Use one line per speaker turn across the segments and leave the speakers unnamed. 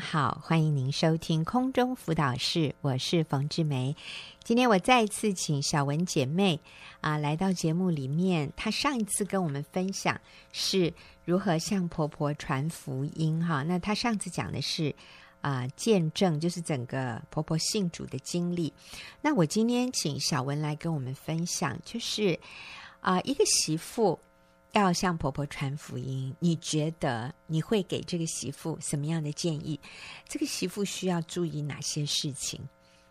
好，欢迎您收听空中辅导室，我是冯志梅。今天我再次请小文姐妹啊、来到节目里面，她上一次跟我们分享是如何向婆婆传福音哈。那她上次讲的是啊、见证，就是整个婆婆信主的经历。那我今天请小文来跟我们分享，就是啊、一个媳妇要向婆婆传福音，你觉得你会给这个媳妇什么样的建议？这个媳妇需要注意哪些事情？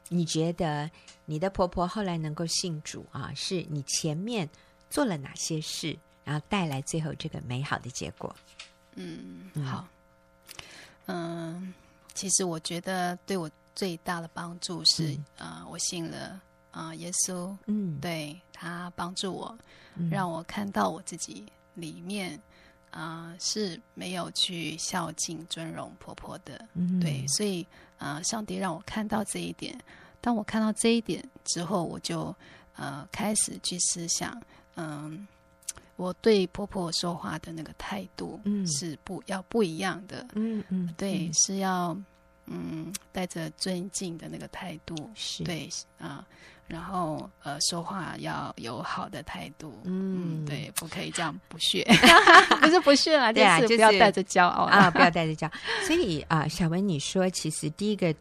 你觉得你的婆婆后来能够信主啊，是你前面做了哪些事，然后带来最后这个美好的结果？嗯，好，
嗯，其实我觉得对我最大的帮助是，呃，我信了啊、呃耶稣，
嗯，
对他帮助我，
嗯
让我看到我自己里面啊、呃是没有去孝敬尊荣婆婆的，
嗯
对，所以啊、呃上帝让我看到这一点。当我看到这一点之后，我就呃开始去思想，嗯，我对婆婆说话的那个态度，
嗯
是不要不一样的，
嗯嗯，
对，
嗯，
是要嗯带着尊敬的那个态度，
是，
对啊、然后呃说话要有好的态度，
嗯
对，不可以这样不 屑，不是不屑啦，
对啊
是
就
不要
是
带着骄傲
啊，
啦，
不要带着教。所以啊、小文，你说其实第一个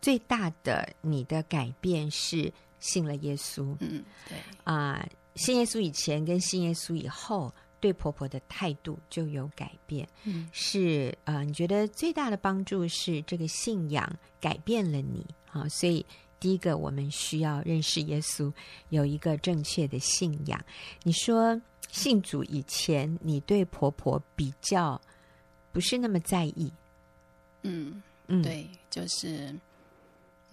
最大的你的改变是信了耶稣
嗯，对，
啊、信耶稣以前跟信耶稣以后，对婆婆的态度就有改变。
嗯
是啊、你觉得最大的帮助是这个信仰改变了你啊、所以。第一个，我们需要认识耶稣，有一个正确的信仰。你说信主以前，你对婆婆比较不是那么在意，
嗯，
嗯，，
对，就是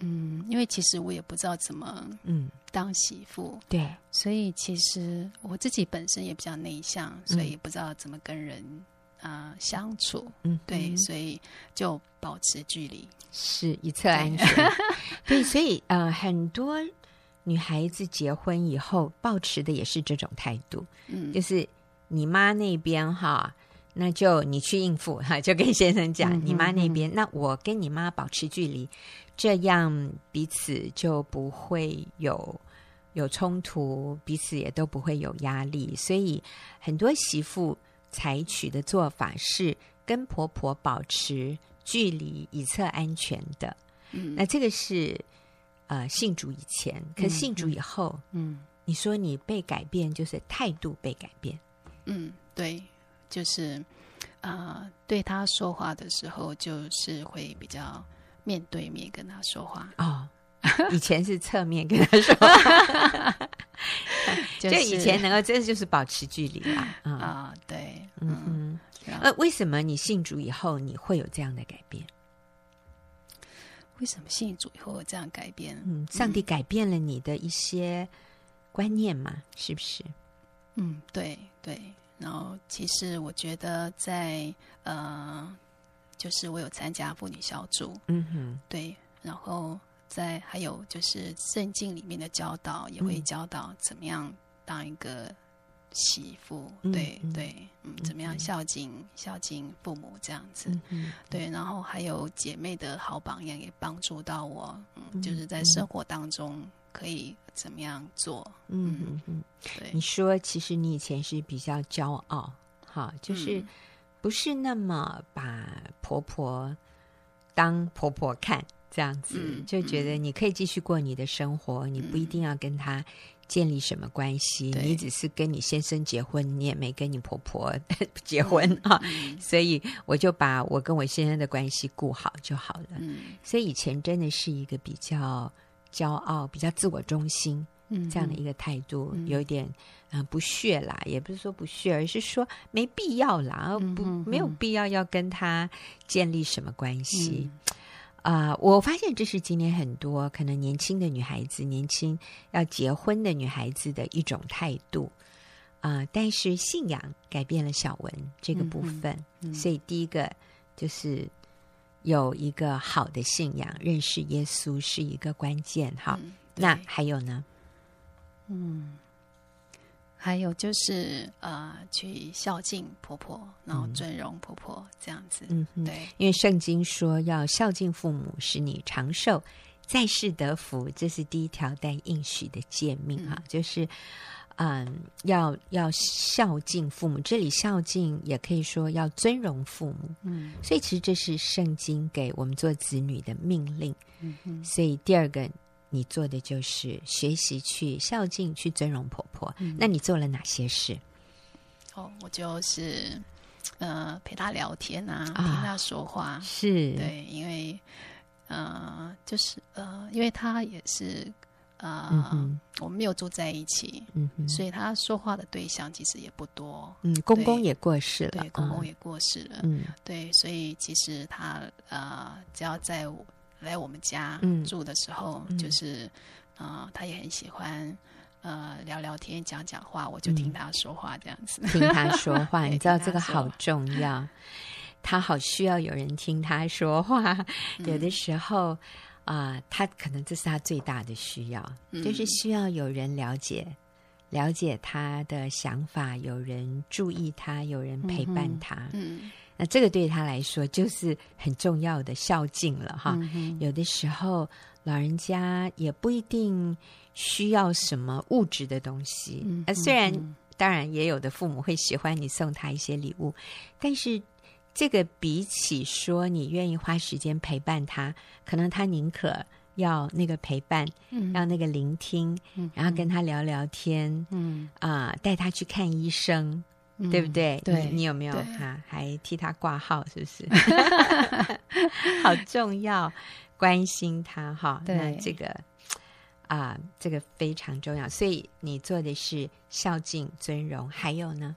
嗯，因为其实我也不知道怎么
嗯，
当媳妇，
对，
所以其实我自己本身也比较内向，所以不知道怎么跟人啊、相处，
嗯，
对，
嗯
所以就保持距离。
是一侧安全。 对，所以呃，很多女孩子结婚以后，抱持的也是这种态度，
嗯
就是你妈那边哈，那就你去应付 哈，就跟先生讲，
嗯
你妈那边，那我跟你妈保持距离，这样彼此就不会有有冲突，彼此也都不会有压力。所以很多媳妇采取的做法是跟婆婆保持距离，以测安全的。
嗯
那这个是呃信主以前，可
嗯
信主以后。
嗯
你说你被改变，就是态度被改变。
嗯，对，就是啊、呃对他说话的时候，就是会比较面对面跟他说话，
哦，以前是侧面跟他说，
就
就是以前能够真的就是保持距离啦。啊、
啊、对，
嗯
嗯，
嗯
然后
呃，为什么你信主以后你会有这样的改变？
为什么信主以后有这样改变？
嗯，上帝改变了你的一些观念嘛，是不是？
嗯，对对。然后其实我觉得在呃，就是我有参加妇女小组，
嗯哼，
对，然后在还有就是圣经里面的教导也会
嗯
教导怎么样当一个媳妇，
嗯
对
嗯
对，嗯，怎么样孝敬孝敬父母这样子，
嗯哼，
对，然后还有姐妹的好榜样也帮助到我，嗯，就
嗯
是在生活当中可以怎么样做，
嗯哼嗯
对
你，说，其实你以前是比较骄傲，哈，就是
嗯
不是那么把婆婆当婆婆看，这样子、
嗯
就觉得你可以继续过你的生活，你不一定要跟她建立什么关系，
对
你只是跟你先生结婚，你也没跟你婆婆结婚啊，
嗯
所以我就把我跟我先生的关系顾好就好了。
嗯
所以以前真的是一个比较骄傲、比较自我中心，
嗯
这样的
嗯
一个态度，
嗯
有一点啊、呃不屑啦，也不是说不屑，而是说没必要啦，
嗯
不
嗯
没有
嗯
必要要跟他建立什么关系
嗯
啊、我发现这是今年很多可能年轻的女孩子、年轻要结婚的女孩子的一种态度啊、但是信仰改变了小文这个部
嗯
分，
嗯
所以第一个就是。有一个好的信仰，认识耶稣是啊一个关键哈。
嗯
那
对
还有呢？
嗯，还有就是呃，去孝敬婆婆，然后尊荣婆婆、这样子。
嗯哼，
对，
因为圣经说要孝敬父母，使你长寿，在世得福，这是第一条带应许的诫命哈、就是。嗯，要要孝敬父母，这里孝敬也可以说要尊荣父母，
嗯
所以其实这是圣经给我们做子女的命令。
嗯哼
所以第二个你做的就是学习去孝敬、去尊荣婆婆。
嗯
那你做了哪些事？
哦，我就是呃陪她聊天啊，
啊
听她说话，
是，
对，因为呃就是呃，因为她也是呃、
嗯哼，
我们没有住在一起，
嗯哼，
所以她说话的对象其实也不多。
嗯，公公
啊对
也过世了，
对，公公
也，
也过世了，
嗯
对，所以其实他呃，只要在我来我们家
嗯
住的时候，
嗯
就是呃，他也很喜欢呃聊聊天、讲讲话，我就听
嗯
他说话这样子。
听他说话，
对
你知道
听
这
他
个
说
好
话
重要，他好需要有人听他说话。
嗯
有的时候啊、他可能这是他最大的需要，就是
嗯
需要有人了解。了解他的想法，有人注意他，有人陪伴
嗯哼
他。
嗯
那这个对他来说就是很重要的孝敬了哈。
嗯哼
有的时候老人家也不一定需要什么物质的东西，
嗯
呃，虽然
嗯
当然也有的父母会喜欢你送他一些礼物，但是这个比起说你愿意花时间陪伴他，可能他宁可要那个陪伴，
嗯
要那个聆听，
嗯
然后跟他聊聊天
嗯，
啊、带他去看医生。
嗯
对不？对？
对
你你有没有
对
哈？还替他挂号，是不 是？ 好重要，关心他哈。
对
那这个啊、这个非常重要。所以你做的是孝敬、尊荣，还有呢，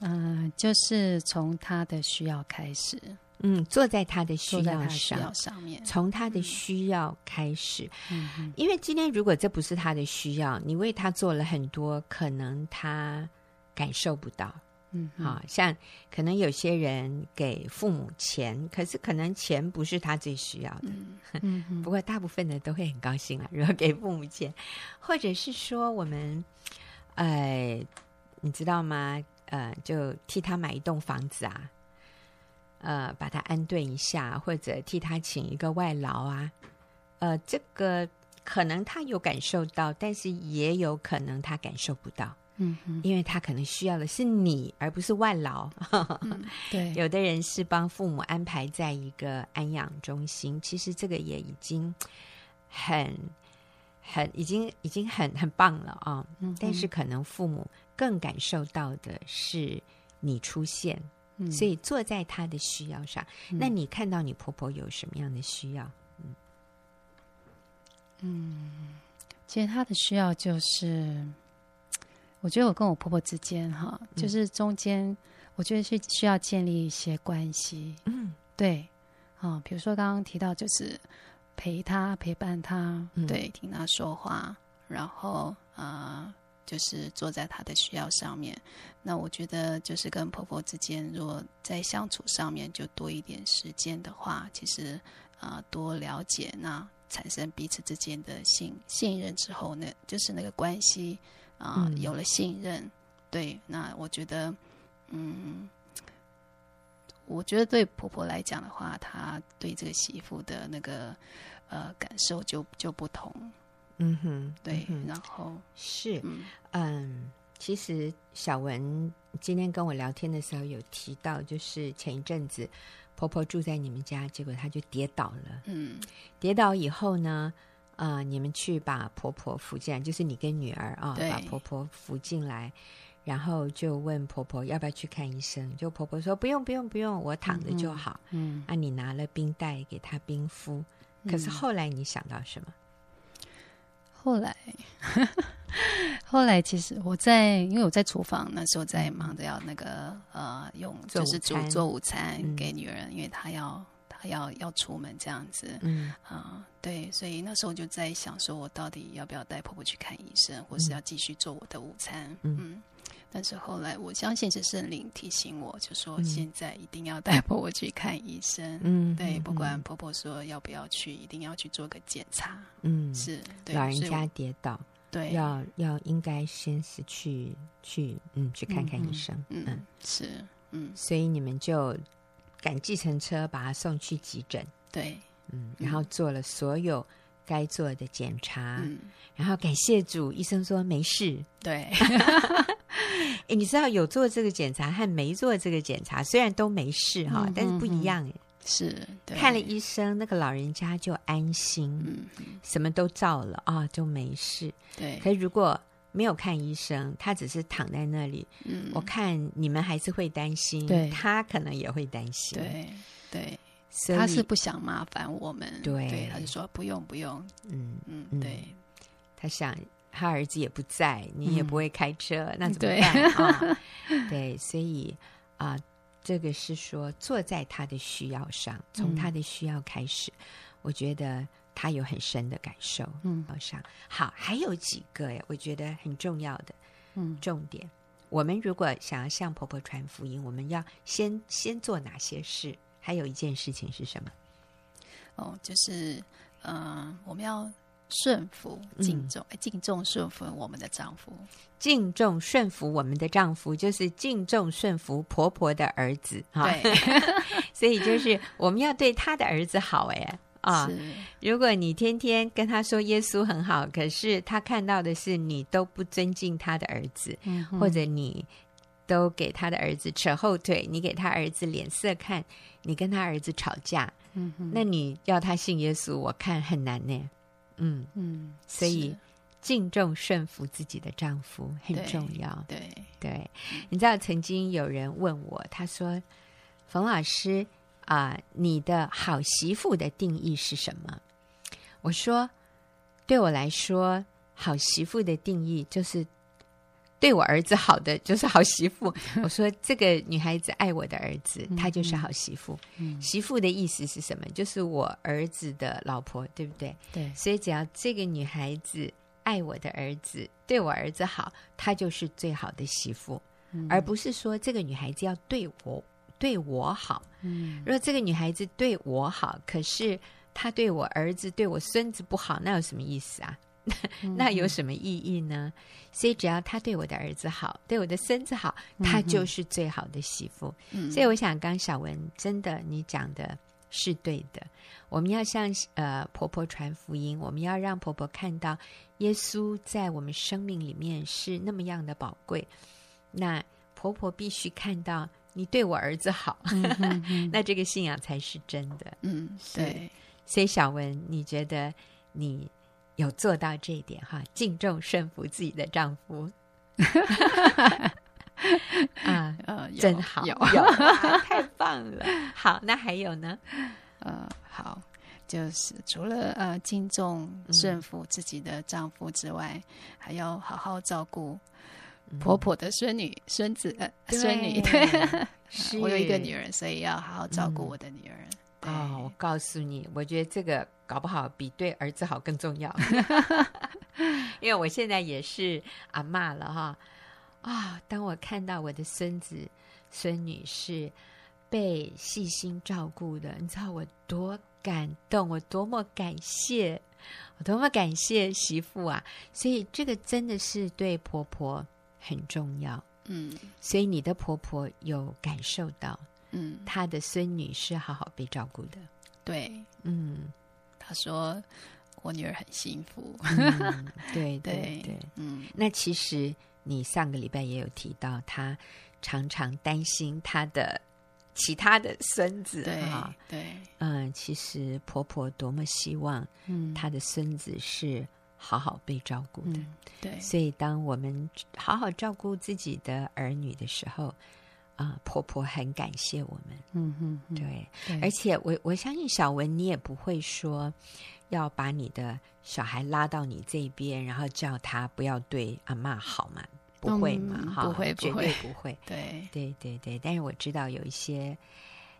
嗯，就是从他的需要开始，
嗯，坐在他的需
坐在他
要
的需
上
要，嗯上面。
从他的需要开始。
嗯哼
因为今天如果这不是他的需要，你为他做了很多，可能他感受不到。
嗯哼，
啊、像可能有些人给父母钱，可是可能钱不是他最需要的。
嗯嗯哼
不过大部分的都会很高兴 啊，如果给父母钱，或者是说我们，呃，你知道吗？呃，就替他买一栋房子啊，呃，把他安顿一下，或者替他请一个外劳啊，呃，这个可能他有感受到，但是也有可能他感受不到。
嗯哼，
因为他可能需要的是你，而不是外劳。
对，
有的人是帮父母安排在一个安养中心，其实这个也已经很、很、已经、已经很很棒了啊、
嗯哼
但是可能父母更感受到的是你出现，
嗯
所以坐在他的需要上。那你看到你婆婆有什么样的需要？
其实他的需要就是，我觉得我跟我婆婆之间哈，就是中间，我觉得是需要建立一些关系。
嗯
对，啊、比如说刚刚提到就是陪她陪伴她，
嗯
对，听她说话，然后呃，就是坐在她的需要上面。那我觉得就是跟婆婆之间，如果在相处上面就多一点时间的话，其实呃多了解，那产生彼此之间的信信任之后，那就是那个关系啊、
嗯
有了信任，对，那我觉得嗯。我觉得对婆婆来讲的话，她对这个媳妇的那个呃感受就就不同，
嗯哼，
对，
嗯哼
然后
是，
嗯
嗯，其实小文今天跟我聊天的时候有提到，就是前一阵子婆婆住在你们家，结果她就跌倒了。
嗯
跌倒以后呢，呃，你们去把婆婆扶进来，就是你跟女儿啊，
对
把婆婆扶进来。然后就问婆婆要不要去看医生，就婆婆说不用不用不用，我躺着就
嗯
好。
嗯，
啊，你拿了冰袋给她冰敷，可是
嗯
后来你想到什么？
后来， 后来其实我在，因为我在厨房那时候在忙着要那个呃，用
做
就是
午
煮
餐
做午餐
嗯
给女人，因为她要她要要出门这样子
嗯
啊、对，所以那时候就在想说，我到底要不要带婆婆去看医生，或是要继续做我的午餐？
嗯
嗯。但是后来，我相信是圣灵提醒我，就说
嗯
现在一定要带婆婆去看医生。
嗯，
对，
嗯
不管婆婆说要不要去，一定要去做个检查。
嗯，
是，对
老人
所以我
家跌倒，
对，
要要应该先是去去嗯去看看医生，嗯，
嗯，是，嗯，
所以你们就赶计程车把他送去急诊，
对，
嗯，然后做了所有该做的检查，
嗯，
然后感谢主，医生说没事。
对，
诶，你知道有做这个检查和没做这个检查，虽然都没事哈，
嗯
但是不一样诶。
是，对，
看了医生，那个老人家就安心，
嗯，
什么都照了啊、就没事。
对，
可是如果没有看医生，他只是躺在那里，
嗯，
我看你们还是会担心，
对
他可能也会担心，，
对，对，
所以
他是不想麻烦我们，
对
对，他就说不用不用，
嗯，
嗯
嗯，
对，
他想他儿子也不在，你也
嗯
不会开车，那怎么
对
办 啊？对，所以啊、这个是说坐在他的需要上，从
嗯
他的需要开始，我觉得他有很深的感受。
嗯
好上好，还有几个哎，我觉得很重要的
嗯
重点。我们如果想要向婆婆传福音，我们要先先做哪些事？还有一件事情是什么？
哦，就是嗯，我们要顺服、敬
嗯
重、哎敬重、顺服我们的 丈夫，
敬重顺服我们的丈夫，就是敬重顺服婆婆的儿子哈。
对，
所以就是我们要对他的儿子好 哎啊！
是，
如果你天天跟他说耶稣很好，可是他看到的是你都不尊敬他的儿子，
嗯哼
或者你都给他的儿子扯后腿，你给他儿子脸色看，你跟他儿子吵架，
嗯哼
那你要他信耶稣，我看很难呢。嗯，
嗯，
所以
是
敬重顺服自己的丈夫很
对
重要。
对，
对，你知道曾经有人问我，他说：“冯老师啊、你的好媳妇的定义是什么？”我说：“对我来说，好媳妇的定义就是对我儿子好的就是好媳妇。我说这个女孩子爱我的儿子，她就是好媳妇。
嗯
媳妇的意思是什么？就是我儿子的老婆，对不对？
对，
所以只要这个女孩子爱我的儿子，对我儿子好，她就是最好的媳妇，而不是说这个女孩子要对我对我好。
嗯
如果这个女孩子对我好，可是她对我儿子、对我孙子不好，那有什么意思啊？ 那有什么意义呢？所以只要她对我的儿子好，对我的孙子好，她就是最好的媳妇。
嗯
所以我想，刚小文真的你讲的是对的。我们要向呃婆婆传福音，我们要让婆婆看到耶稣在我们生命里面是那么样的宝贵。那婆婆必须看到你对我儿子好， 那这个信仰才是真的。
嗯，对，
所以小文，你觉得你有做到这一点哈？敬重顺服自己的丈夫啊，
呃，有
真好，
有
哇太棒了。好，那还有呢？
呃，好，就是除了呃敬重、
嗯
顺服自己的丈夫之外，还要好好照顾婆婆的孙女、孙子、呃、孙女。对，
嗯 对， 是嗯
我有一个女儿，所以要好好照顾我的女儿。对
哦，我告诉你，我觉得这个搞不好比对儿子好更重要，因为我现在也是阿嬷了哈。啊、当我看到我的孙子、孙女是被细心照顾的，你知道我多感动，我多么感谢，我多么感谢媳妇啊！所以这个真的是对婆婆很重要，
嗯
所以你的婆婆有感受到
嗯，
她的孙女是好好被照顾的。
对，
嗯，
她说我女儿很幸福。
嗯对对
对
对。
嗯，
那其实你上个礼拜也有提到，她常常担心她的其他的孙子
对
啊。
对，
嗯，其实婆婆多么希望
嗯，
她的孙子是好好被照顾的。
嗯对
所以，当我们好好照顾自己的儿女的时候，啊、婆婆很感谢我们。
嗯嗯，
对，
对
而且我我相信小文，你也不会说要把你的小孩拉到你这边，然后叫他不要对阿嬷好嘛？不会嘛？
嗯
哈，
不会
绝
不会
对不会。
对
对对对，但是我知道有一些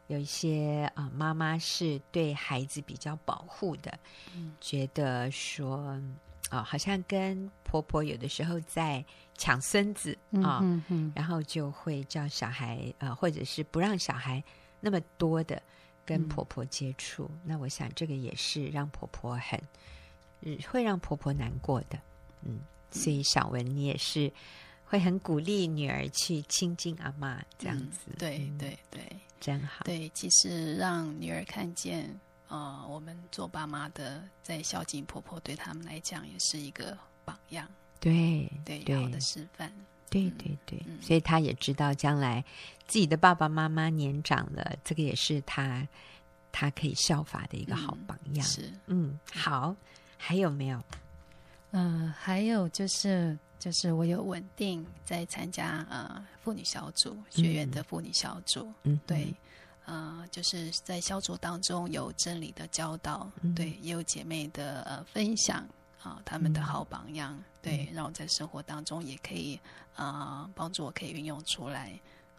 有一些啊、呃妈妈是对孩子比较保护的，
嗯
觉得说啊、好像跟婆婆有的时候在抢孙子啊、
嗯嗯
然后就会叫小孩呃，或者是不让小孩那么多的
嗯
跟婆婆接触。那我想这个也是让婆婆很，嗯，会让婆婆难过的。嗯，所以小文你也是会很鼓励女儿去亲近阿妈这样子，
对
嗯，
对对
真好，
对，其实让女儿看见，呃，我们做爸妈的在孝敬婆婆，对他们来讲也是一个榜样，
对
对，
对
好的示范。
对
嗯
对对，
嗯
所以他也知道将来自己的爸爸妈妈年长了，这个也是他他可以效法的一个好
嗯
榜样。
是，
嗯，好，还有没有？
嗯、还有就是就是我有稳定在参加呃妇女小组学员的妇女小组，
嗯，
对，呃，就是在小组当中有真理的教导，
嗯
对，也有姐妹的呃分享啊、他
嗯
们的好榜样，对，让我在生活当中也可以呃帮助我可以运用出来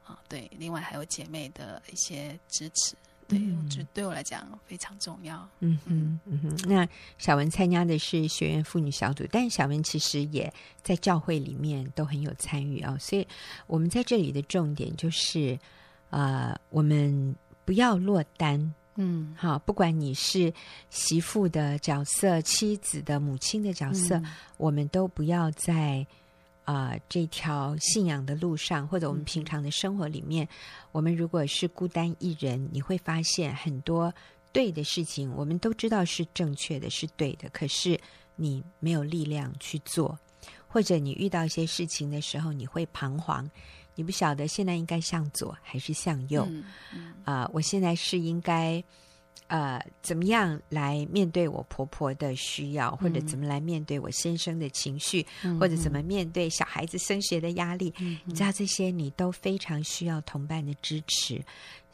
啊、对，另外还有姐妹的一些支持，对，我觉得对我来讲非常重要，
嗯哼，嗯哼。那小文参加的是学院妇女小组，但小文其实也在教会里面都很有参与哦。所以我们在这里的重点就是，呃，我们不要落单，
嗯，
好，不管你是媳妇的角色、妻子的、母亲的角色，
嗯
我们都不要在啊、呃这条信仰的路上，或者我们
嗯
平常的生活里面，我们如果是孤单一人，你会发现很多对的事情，我们都知道是正确的，是对的，可是你没有力量去做，或者你遇到一些事情的时候，你会彷徨，你不晓得现在应该向左还是向右。
嗯嗯
啊、我现在是应该呃怎么样来面对我婆婆的需要，或者
嗯
怎么来面对我先生的情绪，
嗯
或者怎么面对小孩子升学的压力，
嗯
你知道这些你都非常需要同伴的支持。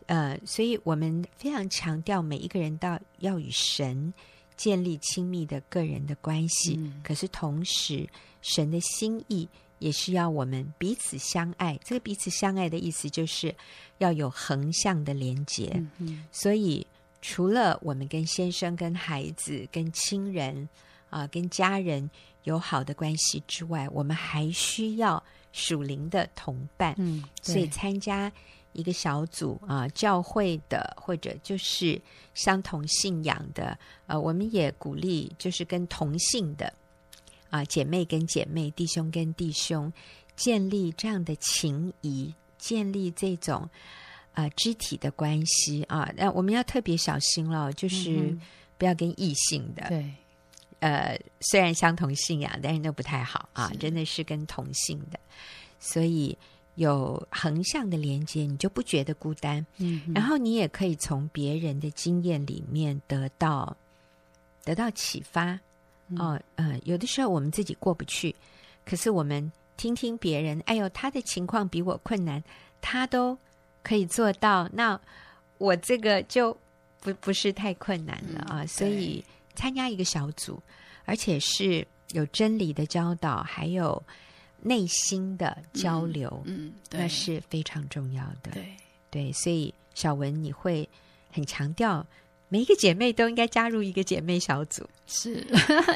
呃，所以我们非常强调每一个人到要与神建立亲密的个人的关系，
嗯
可是同时神的心意也是要我们彼此相爱。这个彼此相爱的意思就是要有横向的连接。
嗯嗯
所以，除了我们跟先生、跟孩子、跟亲人啊、跟家人有好的关系之外，我们还需要属灵的同伴。
嗯，
所以，
对
参加一个小组啊、教会的或者就是相同信仰的，呃，我们也鼓励就是跟同性的啊、姐妹跟姐妹、弟兄跟弟兄，建立这样的情谊，建立这种。啊、肢体的关系啊，那我们要特别小心了，就是
嗯
不要跟异性的，
对，
呃，虽然相同信仰，但是都不太好啊，
是
真的是跟同性的，所以有横向的连接，你就不觉得孤单，
嗯
呃然后你也可以从别人的经验里面得到得到启发。
嗯
哦，呃，有的时候我们自己过不去，可是我们听听别人，哎呦，他的情况比我困难，他都可以做到，那我这个就不不是太困难了啊。
嗯
所以参加一个小组，而且是有真理的教导，还有内心的交流，
嗯，
那
对，
是非常重要的。
对，
对，所以小文你会很强调，每一个姐妹都应该加入一个姐妹小组。
是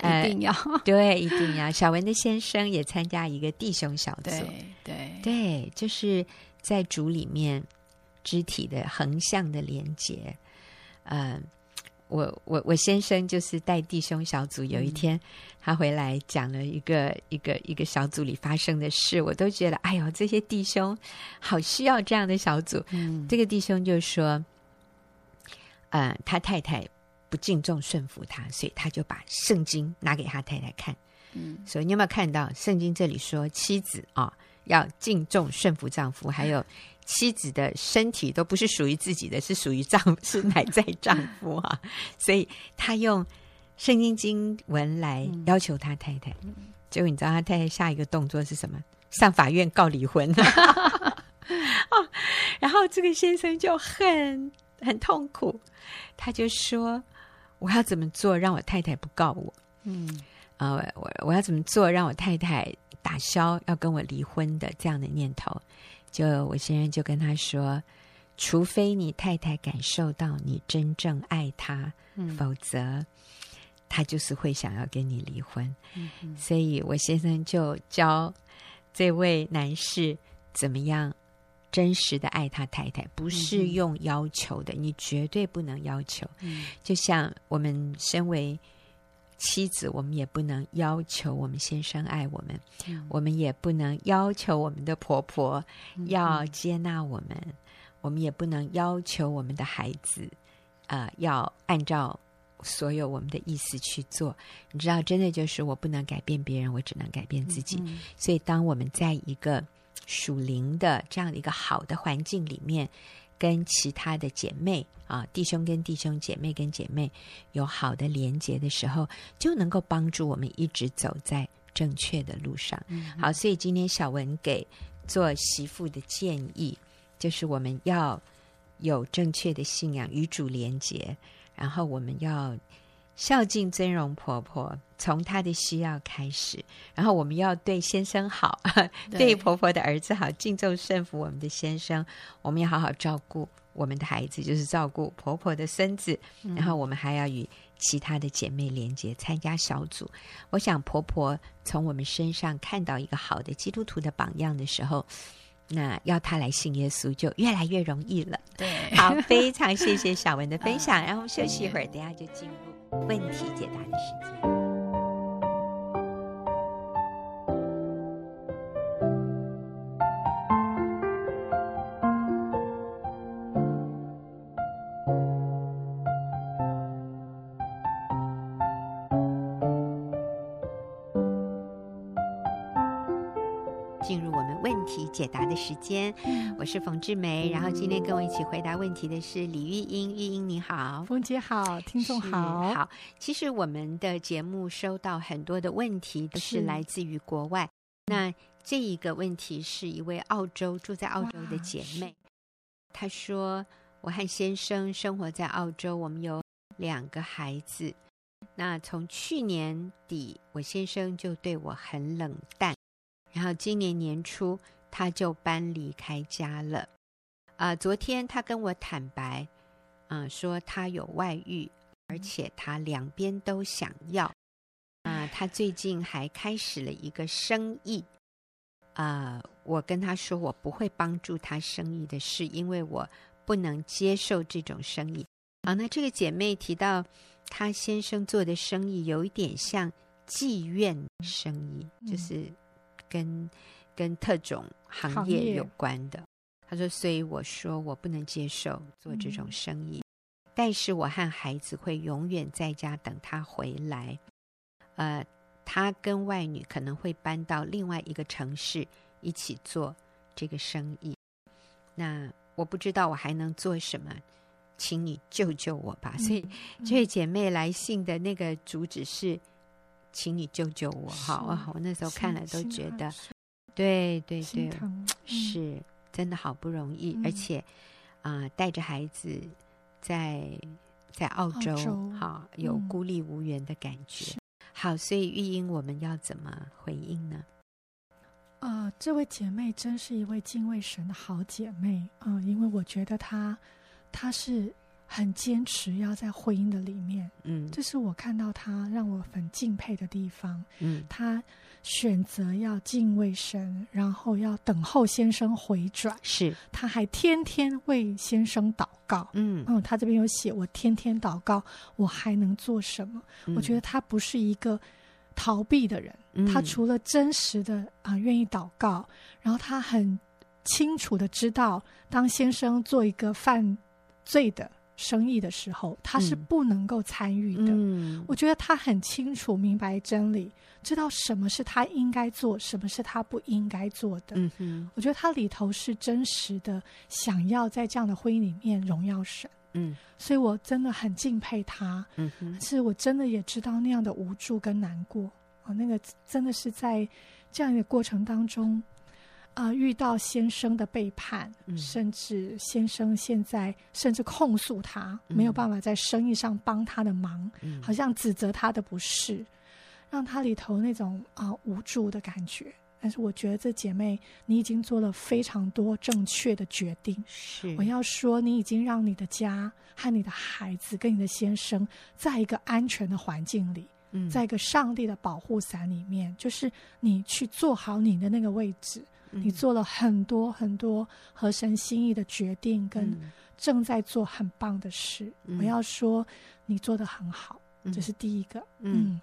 哎
一定要，
对，一定要。小文的先生也参加一个弟兄小组，
对对
对就是在主里面肢体的横向的连接。嗯，我我我先生就是带弟兄小组，有一天他回来讲了一个一个一个小组里发生的事，我都觉得哎呦，这些弟兄好需要这样的小组。
嗯，
这个弟兄就说，呃，他太太不敬重顺服他，所以他就把圣经拿给他太太看。
嗯
所以你有没有看到圣经这里说妻子啊、要敬重顺服丈夫，还有妻子的身体都不是属于自己的，是属于丈是乃在丈夫啊。所以他用圣经经文来要求他太太。结果你知道他太太下一个动作是什么？上法院告离婚。 哦，然后这个先生就很很痛苦，他就说：“我要怎么做让我太太不告我？”
嗯
呃，我我要怎么做让我太太打消要跟我离婚的这样的念头？就我先生就跟他说，除非你太太感受到你真正爱她，
嗯
否则她就是会想要跟你离婚。
嗯嗯
所以我先生就教这位男士怎么样真实的爱他太太，不
嗯
是
哼
用要求的，你绝对不能要求。
嗯
就像我们身为妻子，我们也不能要求我们先生爱我们，
嗯
我们也不能要求我们的婆婆
嗯
要接纳我们，我们也不能要求我们的孩子，呃，要按照所有我们的意思去做。你知道，真的就是我不能改变别人，我只能改变自己。
嗯
所以，当我们在一个属灵的这样的一个好的环境里面，啊跟其他的姐妹啊，弟兄跟弟兄，姐妹跟姐妹有好的连结的时候，就能够帮助我们一直走在正确的路上。
嗯
好，所以今天小文给做媳妇的建议，就是我们要有正确的信仰，与主连结，然后我们要孝敬尊荣婆婆，从她的需要开始，然后我们要对先生好，
嗯
对婆婆的儿子好，敬重顺服我们的先生，我们要好好照顾我们的孩子，就是照顾婆婆的孙子，然后我们还要与其他的姐妹连接，参加小组。我想婆婆从我们身上看到一个好的基督徒的榜样的时候，那要她来信耶稣就越来越容易了。
对，
好，非常谢谢小文的分享，然后我们休息一会儿，等一下就进入问题解答的时间。进入我们问题解答的时间，我是冯志梅，然后今天跟我一起回答问题的是李玉英，玉英你好。
冯姐好，听众好，
是啊好，其实我们的节目收到很多的问题，都是
是
来自于国
嗯
外。那这一个问题是一位澳洲住在澳洲的
哇
姐妹，她说：“我和先生生活在澳洲，我们有两个孩子。那从去年底，我先生就对我很冷淡，然后今年年初他就搬离开家了。啊、昨天他跟我坦白，啊、说他有外遇，而且他两边都想要。啊、他最近还开始了一个生意。啊、我跟他说我不会帮助他生意的事，因为我不能接受这种生意。啊，那这个姐妹提到她先生做的生意有一点像妓院生意，就
嗯
是跟跟特种行
行
业
业
有关的。她说，所以我说我不能接受做这种
嗯
生意，但是我和孩子会永远在家等他回来。呃，他跟外女可能会搬到另外一个城市一起做这个生意。那我不知道我还能做什么，请你救救我吧。所以
嗯
这位姐妹来信的那个主旨是，请你救救我哈！
是啊
哇，我那时候看了都
心
觉得，
心
对对对
疼心，疼，嗯，
是真的好不容易，
嗯
而且啊、带着孩子在在澳
澳
洲，
洲
好有
嗯
孤立无援的感觉。
是
好，所以玉英，我们要怎么回应呢？
呃，这位姐妹真是一位敬畏神的好姐妹啊、呃因为我觉得她，她是很坚持要在婚姻的里面，
嗯
这是我看到她让我很敬佩的地方。
嗯
她选择要敬畏神，然后要等候先生回转，
是
她还天天为先生祷告。
嗯，
嗯，她这边有写，我天天祷告，我还能做什么？嗯
嗯
我觉得他不是一个逃避的人，
得
他除了真实的啊、愿意祷告，然后他很清楚的知道，当先生做一个犯罪的生意的时候，他是
嗯
不能够参与的。
嗯
我觉得他很清楚明白真理，知道什么是他应该做，什么是他不应该做的。
嗯哼
我觉得他里头是真实的，想要在这样的婚姻里面荣耀神，
嗯
所以我真的很敬佩他。
嗯哼
是我真的也知道那样的无助跟难过啊、那个真的是在这样一个过程当中，啊、遇到先生的背叛，
嗯
甚至先生现在甚至控诉他、没有
嗯
办法在生意上帮他的忙，
嗯
好像指责他的不是，让他里头那种啊、无助的感觉。但是我觉得这姐妹，你已经做了非常多正确的决定，
是
我要说，你已经让你的家和你的孩子跟你的先生，在一个安全的环境里，
嗯
在一个上帝的保护伞里面，就是你去做好你的那个位置。
嗯
你做了很多很多合神心意的决定，跟
嗯
正在做很棒的事。
嗯
我要说，你做得很好。
嗯
这是第一个。
嗯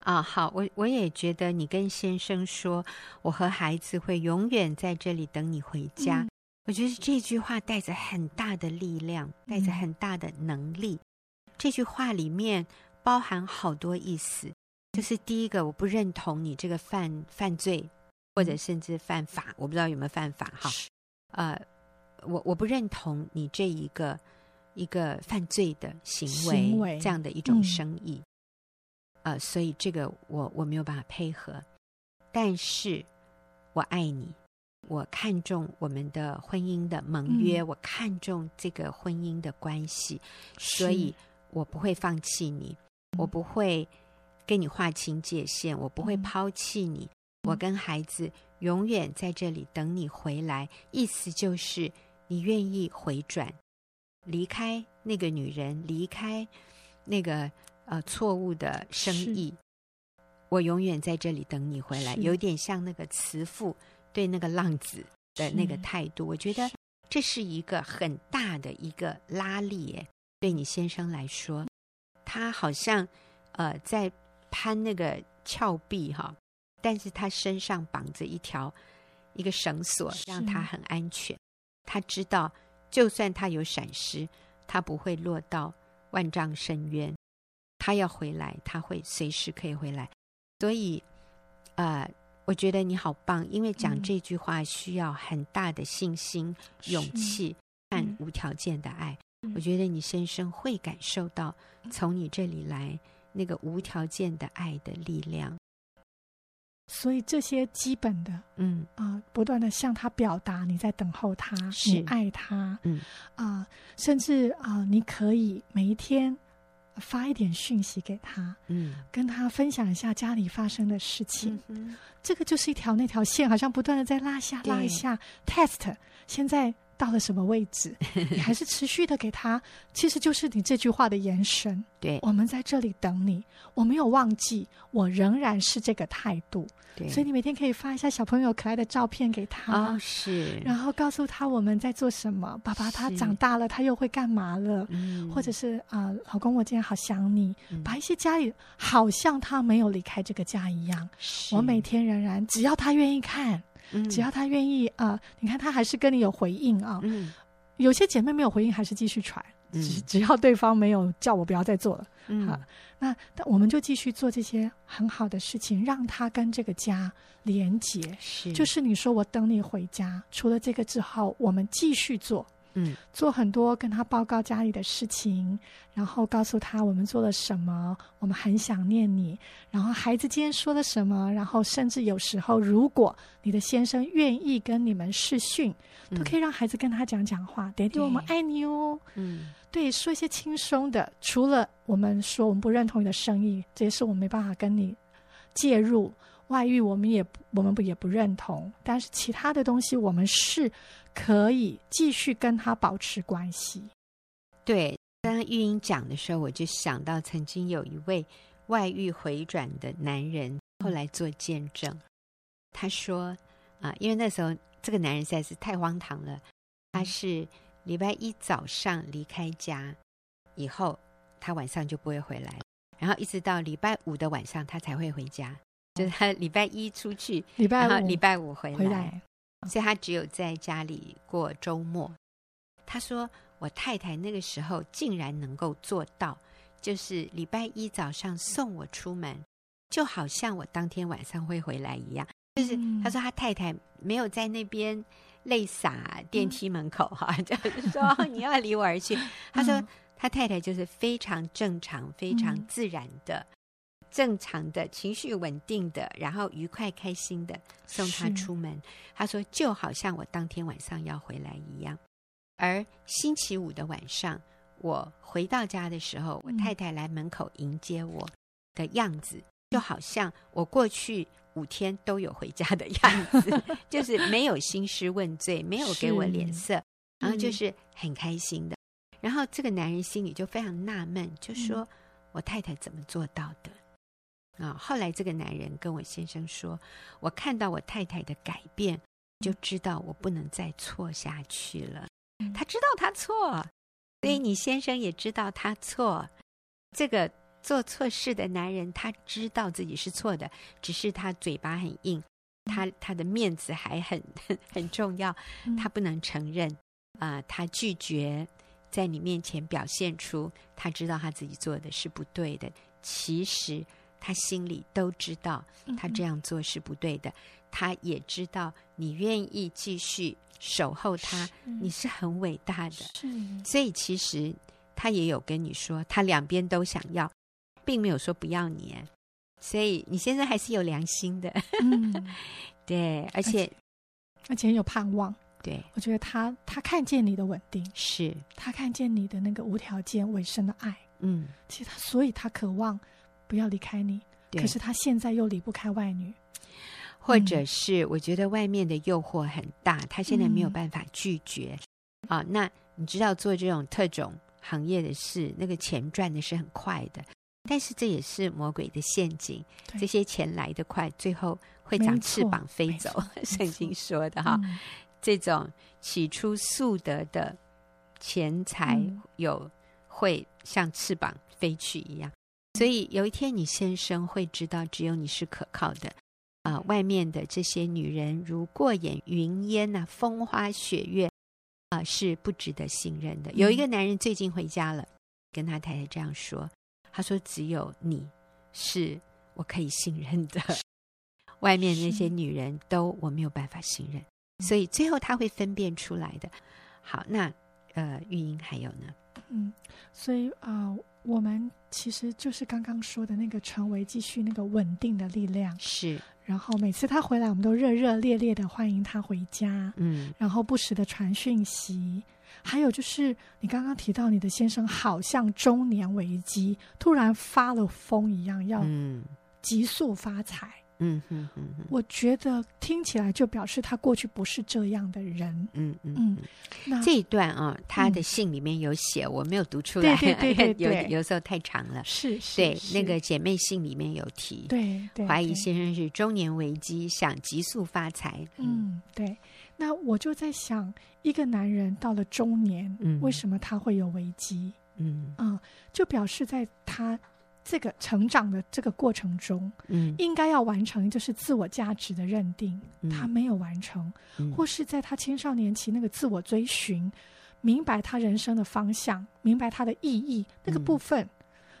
啊，好，我我也觉得你跟先生说，我和孩子会永远在这里等你回家。
嗯
我觉得这句话带着很大的力量，带着
嗯
很大的能力。这句话里面包含好多意思，就是第一个，我不认同你这个犯犯罪，或
嗯
者甚至犯法，我不知道有没有犯法哈。
是
呃，我我不认同你这一个一个犯罪的行为，
行为
这样的一种
嗯
生意。呃，所以这个我我没有办法配合，但是我爱你，我看重我们的婚姻的盟约，
嗯
我看重这个婚姻的关系，
是
所以我不会放弃你，我不会跟你划清界限，我不会
嗯
抛弃你，我跟孩子永远在这里等你回来。意思就是你愿意回转，离开那个女人，离开那个呃错误的生
是
意。我永远在这里等你回来，
是
有点像那个慈父对那个浪子的那个
是
态度。我觉得
是
这是一个很大的一个拉力耶，对你先生来说，他好像呃在攀那个峭壁哈，但是他身上绑着一条一个绳索，
是
让他很安全。他知道，就算他有闪失，他不会落到万丈深渊。他要回来，他会随时可以回来。所以，呃，我觉得你好棒，因为讲
嗯
这句话需要很大的信心、勇，气和
嗯
无条件的爱。
嗯
我觉得你先生会感受到
嗯
从你这里来那个无条件的爱的力量。
是所以这些基本的
嗯
啊、不断的向他表达你在等候他，
是
你爱他，
嗯
啊、甚至啊、你可以每一天呃发一点讯息给他，
嗯，
跟他分享一下家里发生的事情。
嗯
这个就是一条那条线，好像不断的在拉下
对
拉一下 test，现在到了什么位 置？你还是持续的给他，其实就是你这句话的延伸。
对
我们在这里等你，我没有忘记，我仍然是这个态度。
对，
所以你每天可以发一下小朋友可爱的照片给他。
啊、是，
然后告诉他我们在做什么，爸爸他
是
长大了，他又会干嘛了，
嗯
或者是啊、老公我今天好想你，
嗯
把一些家里好像他没有离开这个家一样，
是
我每天仍然只要他愿意看，
嗯
只要他愿意啊、呃你看他还是跟你有回应啊、
嗯
有些姐妹没有回应还是继续传，
嗯
只只要对方没有叫我不要再做了，
嗯
好那但我们就继续做这些很好的事情，让他跟这个家连结。
是
就是你说我等你回家，除了这个之后，我们继续做，
嗯
做很多跟他报告家里的事情，然后告诉他我们做了什么，我们很想念你，然后孩子今天说了什么，然后甚至有时候，如果你的先生愿意跟你们视讯，
嗯
都可以让孩子跟他讲讲话，爹爹，我们爱你哦。
嗯
对，说一些轻松的，除了我们说我们不认同你的生意，这些事我们没办法跟你介入。外遇我们也不我们不也不认同，但是其他的东西我们是可以继续跟他保持关系。
对。当玉英讲的时候，我就想到曾经有一位外遇回转的男人，后
嗯
来做见证，他说啊、因为那时候这个男人实在是太荒唐了，他
嗯
是礼拜一早上离开家以后，他晚上就不会回来，然后一直到礼拜五的晚上他才会回家，就是他礼拜一出去，
哦礼拜
然后
五
礼拜五回来，
回来，
所以他只有在家里过周末。他说：“我太太那个时候竟然能够做到，就是礼拜一早上送我出门，就好像我当天晚上会回来一样。”就是
嗯
他说他太太没有在那边泪洒电梯门口哈、 就是说哦你要离我而去。他说
嗯
他太太就是非常正常、非常
嗯
自然的、正常的情绪稳定的，然后愉快开心的送他
是
出门。他说就好像我当天晚上要回来一样。而星期五的晚上，我回到家的时候，我
嗯
太太来门口迎接我的样子，就好像我过去五天都有回家的样子， 就是没有兴师问罪，没有给我脸色，然
嗯
后就是很开心的。然后这个男人心里就非常纳闷，就说：“我太太怎么做到的？”啊，后来这个男人跟我先生说：“我看到我太太的改变，就知道我不能再错下去了。
嗯
他知道他错，所以你先生也知道他错，这个做错事的男人，他知道自己是错的，只是他嘴巴很硬，他他的面子还很 很重要，
嗯
他不能承认啊、他拒绝在你面前表现出他知道他自己做的是不对的，其实他心里都知道
嗯
他这样做是不对的，他也知道你愿意继续守候他，你是很伟大的。
是
所以其实他也有跟你说，他两边都想要，并没有说不要你。哎所以你先生还是有良心的，
嗯，
对，而且
而且很有盼望。
对
我觉得他他看见你的稳定，
是，
他看见你的那个无条件委身的爱，
嗯，
其实他所以他渴望不要离开你，
对
可是他现在又离不开外女。嗯
或者是我觉得外面的诱惑很大，他现在没有
嗯
办法拒绝。啊、那你知道做这种特种行业的事，那个钱赚的是很快的，但是这也是魔鬼的陷阱。
对
这些钱来得快，最后会
没
长
错
翅膀飞
没
走
错。 没
圣经说的哈，
嗯
这种起初素德的钱财
嗯
有会像翅膀飞去一样。所以有一天，你先生会知道，只有你是可靠的。啊、外面的这些女人如过眼云烟呐、风花雪月啊、是不值得信任的。有一个男人最近回家了，跟他太太这样说，他说：“只有你是我可以信任的，外面那些
是
女人都我没有办法信任。”所以最后他会分辨出来的。好，那呃，玉英还有呢？
嗯，所以啊、呃我们其实就是刚刚说的那个成为继续那个稳定的力量。
是，
然后每次他回来，我们都热热烈烈的欢迎他回家，
嗯，
然后不时的传讯息。还有就是你刚刚提到你的先生好像中年危机，突然发了疯一样，要
嗯
急速发财。
嗯嗯嗯嗯
我觉得听起来就表示他过去不是这样的人。
嗯嗯嗯
嗯。，那
这一段啊，他的
嗯
信里面有写，我没有读出来，
对对对 对
有
对
有时候太长了。
是是
对，
是
那个姐妹信里面有提，
对对
怀疑
对
先生是中年危机，想急速发财。
嗯，对。那我就在想，一个男人到了中年，
嗯
为什么他会有危机？
嗯
啊、就表示在他这个成长的这个过程中，
嗯，
应该要完成就是自我价值的认定，
嗯
他没有完成，
嗯
或是在他青少年期那个自我追寻，明白他人生的方向，明白他的意义那个
嗯
部分，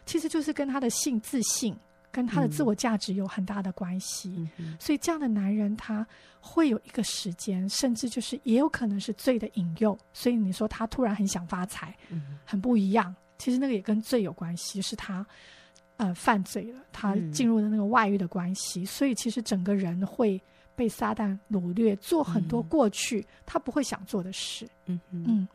其实就是跟他的性自信跟他的自
嗯
我价值有很大的关系。
嗯哼
所以这样的男人，他会有一个时间，甚至就是也有可能是罪的引诱。所以你说他突然很想发财，
嗯
很不一样。其实那个也跟罪有关系，是他呃犯罪了，他
嗯
进入了那个外遇的关系。所以其实整个人会被撒旦掳掠，做很多
嗯
过去他不会想做的事。
嗯嗯
嗯，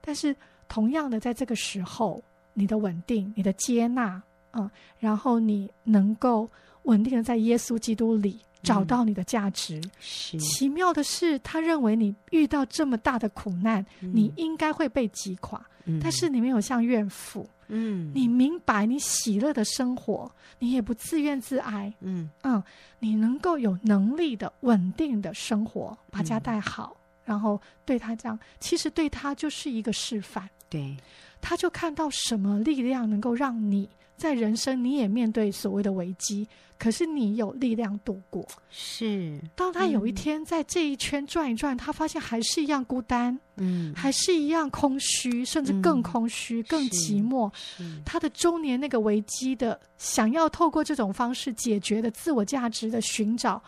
但是同样的，在这个时候，你的稳定、你的接纳，嗯，然后你能够稳定的在耶稣基督里找到你的价值。
嗯是
奇妙的是，他认为你遇到这么大的苦难，你
嗯
应该会被击垮，
嗯
但是你没有像怨妇，
嗯
你明白你喜乐的生活，你也不自怨自艾，
嗯
嗯，你能够有能力的、稳定的生活，把家
嗯
带好，然后对他这样，其实对他就是一个示范。
对
他就看到什么力量能够让你在人生你也面对所谓的危机，可是你有力量度过。
是
当他有一
嗯
天在这一圈转一转，他发现还是一样孤单，
嗯
还是一样空虚，甚至更
嗯
空虚、更
是
寂寞。
是
他的中年那个危机的想要透过这种方式解决的自我价值的寻找，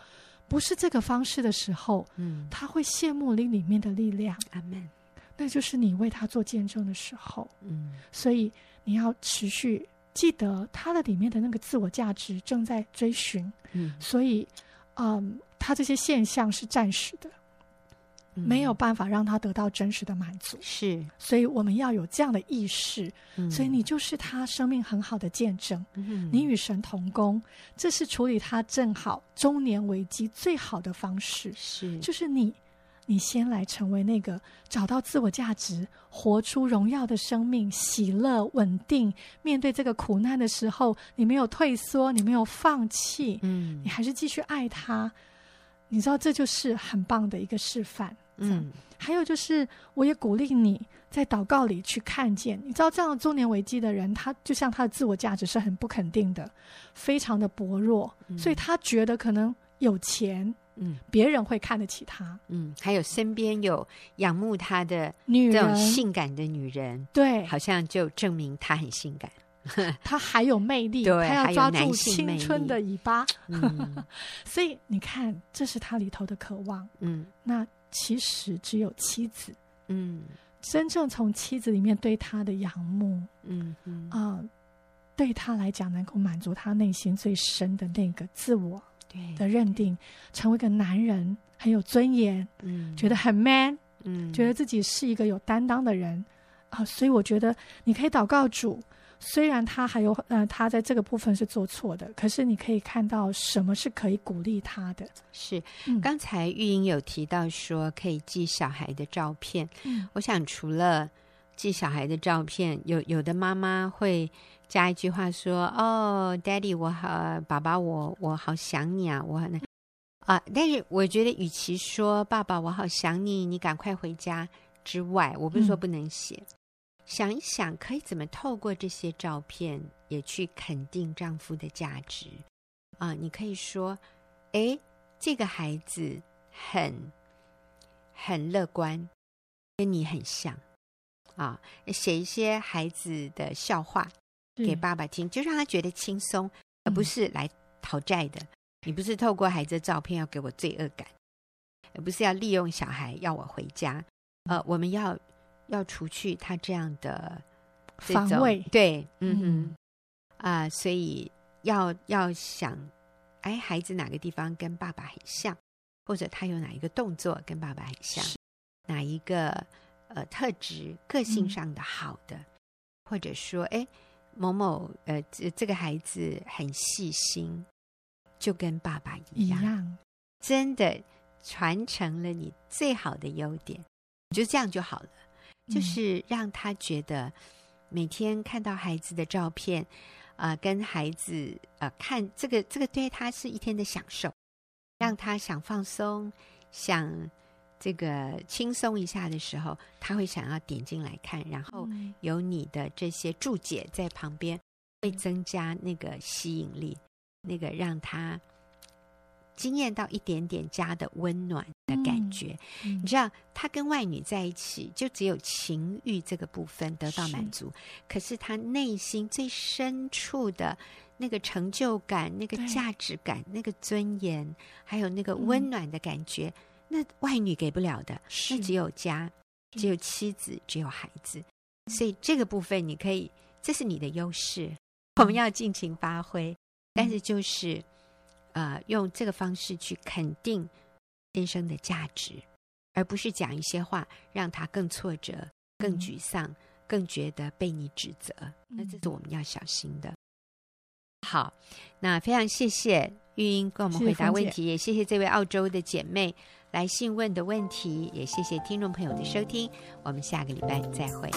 不是这个方式的时候，
嗯
他会羡慕你里面的力量，
阿门
那就是你为他做见证的时候。
嗯
所以你要持续记得他的里面的那个自我价值正在追寻。
嗯
所以，嗯，他这些现象是暂时的，没有
嗯
办法让他得到真实的满足。
是
所以我们要有这样的意识。所以
嗯
你就是他生命很好的见证，
嗯
你与神同工，这是处理他正好中年危机最好的方式。
是
就是你，你先来成为那个找到自我价值、活出荣耀的生命、喜乐、稳定。面对这个苦难的时候，你没有退缩，你没有放弃，
嗯
你还是继续爱他。你知道，这就是很棒的一个示范。
嗯
还有就是，我也鼓励你在祷告里去看见。你知道，这样中年危机的人，他就像他的自我价值是很不肯定的，非常的薄弱，
嗯
所以他觉得可能有钱，
嗯
别人会看得起他，
嗯，还有身边有仰慕他的
女
这种
人
性感的女人，
对
好像就证明她很性感。
他还有魅 力，
对
他
还
要
有
抓
男
住
性魅
青春
力
的尾巴。
嗯
所以你看，这是他里头的渴望。
嗯
那其实只有妻子，
嗯
真正从妻子里面对他的仰慕
嗯嗯，
啊、对他来讲能够满足他内心最深的那个自我
对，
的认定，成为一个男人很有尊严，
嗯，
觉得很 man，
嗯
觉得自己是一个有担当的人啊、所以我觉得你可以祷告主。虽然他还有呃，他在这个部分是做错的，可是你可以看到什么是可以鼓励他的。
是。
嗯，
刚才玉英有提到说可以寄小孩的照片，
嗯
我想除了寄小孩的照片，有有的妈妈会加一句话说：“哦，Daddy，我好，爸爸我我好想你啊，我很啊。”但是我觉得，与其说“爸爸，我好想你，你赶快回家”之外，我不是说
嗯
不能写，想一想可以怎么透过这些照片也去肯定丈夫的价值啊、你可以说：“诶，这个孩子很很乐观，跟你很像啊，写一些孩子的笑话给
是
爸爸听，就让他觉得轻松，而
嗯
不是来讨债的。你不是透过孩子的照片要给我罪恶感，而不是要利用小孩要我回家。呃，我们要要除去他这样的这
防
种
卫，
对，嗯哼
嗯，
啊、所以要要想，哎，孩子哪个地方跟爸爸很像，或者他有哪一个动作跟爸爸很像，哪一个呃特质、个性
嗯
上的好的，或者说，哎，某某呃这这个孩子很细心，就跟爸爸
一样，
真的传承了你最好的优点，我觉得这样就好了。就
嗯
是让他觉得每天看到孩子的照片，啊、跟孩子呃看这个这个对他是一天的享受，让他想放松，想这个轻松一下的时候，他会想要点进来看，然后
嗯
有你的这些注解在旁边，会增加那个吸引力，那个让他惊艳到一点点家的温暖的感觉。
嗯
你知道，他跟外女在一起，就只有情欲这个部分得到满足，可是他内心最深处的那个成就感、那个
对
价值感、那个尊严，还有那个温
嗯
暖的感觉，那外女给不了的。那
是
只有家，
是
只有妻子，只有孩子，所以这个部分你可以，这是你的优势，我
嗯
们要尽情发挥。但是就是，呃，用这个方式去肯定先生的价值，而不是讲一些话让他更挫折、更
嗯
沮丧、更觉得被你指责。那这
嗯
是我们要小心的。好，那非常谢谢玉英跟我们
谢谢
回答
冯
问
姐
题，也谢谢这位澳洲的姐妹来信问的问题，也谢谢听众朋友的收听，我们下个礼拜再会，